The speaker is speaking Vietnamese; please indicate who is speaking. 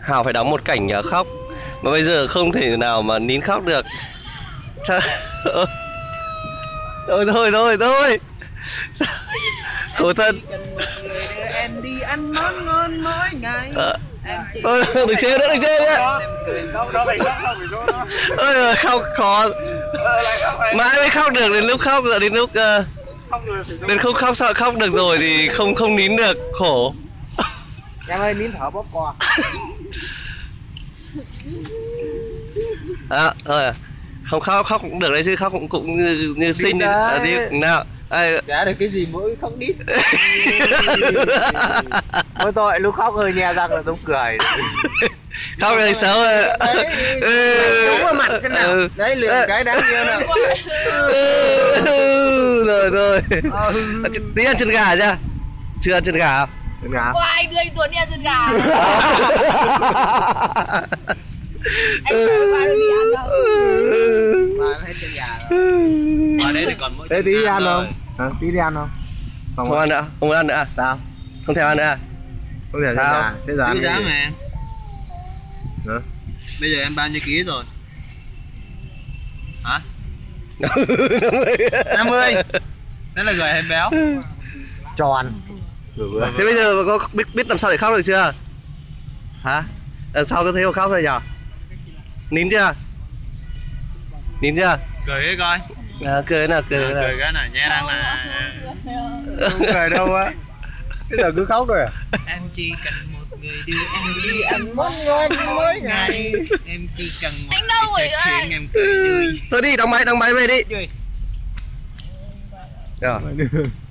Speaker 1: Hào phải đóng một cảnh ờ, khóc Mà bây giờ không thể nào mà nín khóc được Sao Thôi thôi thôi thôi Khổ thân
Speaker 2: cần một người đưa em đi ăn món ngon mỗi ngày
Speaker 1: Ờ,
Speaker 2: em chỉ
Speaker 1: Thôi đừng chơi nữa đừng chơi nữa
Speaker 2: em cười
Speaker 3: Đâu, đâu phải khóc, đâu phải khóc đó.
Speaker 1: Ôi giời, khóc khó
Speaker 3: Ờ, lại khóc này.
Speaker 1: Mãi mới khóc được đến lúc khóc rồi đến lúc ờ,
Speaker 3: Không được thì
Speaker 1: Đến không khóc sao khóc được rồi thì không không nín được Khổ
Speaker 2: em ơi nín thở bóp cò
Speaker 1: à, thôi à. Không khóc khóc cũng được đấy chứ khóc cũng, cũng như, như sinh
Speaker 2: đấy.
Speaker 1: à, đi nào Ai-
Speaker 2: trả được cái gì mỗi không đi mỗi tội lúc khóc hơi nhè răng là đúng cười
Speaker 1: khóc rồi xấu rồi
Speaker 2: đúng vào mặt xem nào
Speaker 1: Ừ.
Speaker 2: đấy lượm
Speaker 1: Ờ.
Speaker 2: cái đáng yêu nào
Speaker 1: Ừ, rồi rồi
Speaker 2: Ờ.
Speaker 1: tí ăn chân gà chưa chưa ăn chân gà không?
Speaker 2: Đừng ngã.
Speaker 4: Hoài đưa anh Tuấn đi ăn chân gà Anh sợ Hoài nó bị ăn đâu
Speaker 2: Mà em hết chân gà rồi.
Speaker 5: Ở đây là Ờ, còn mỗi
Speaker 2: Thế
Speaker 5: chân
Speaker 2: tí đi
Speaker 5: nam
Speaker 2: ăn
Speaker 5: thôi.
Speaker 2: không? Hả? Tí đi ăn không?
Speaker 1: không ăn nữa không muốn ăn nữa à?
Speaker 2: Sao?
Speaker 1: không thèm ăn nữa à?
Speaker 2: Không thể
Speaker 1: Sao?
Speaker 2: gà. Thế giờ ăn
Speaker 5: Chứ
Speaker 2: cái
Speaker 5: giá
Speaker 2: gì?
Speaker 5: mà em
Speaker 2: Hả?
Speaker 5: Bây giờ em bao nhiêu ký rồi? Hả? 50 Thế là gầy hay béo?
Speaker 2: Tròn. Vừa vừa.
Speaker 1: thế bây giờ có biết biết làm sao để khóc được chưa hả làm sao có thấy mà khóc rồi nhở nín chưa nín chưa
Speaker 5: Cười cái coi
Speaker 1: à, cười nào cười
Speaker 5: Cười,
Speaker 1: nào
Speaker 5: cái này nha đang là
Speaker 2: Không cười đâu á. Thế giờ cứ khóc rồi à?
Speaker 5: Em chỉ cần một người đưa em đi
Speaker 2: Ăn món ngon mỗi
Speaker 5: ngày Em chỉ cần một
Speaker 4: Anh đâu
Speaker 5: người
Speaker 4: rồi
Speaker 5: sẽ
Speaker 4: đây?
Speaker 5: khiến em cười vui
Speaker 1: thôi đi đóng máy đóng máy về đi
Speaker 5: Gì?
Speaker 1: rồi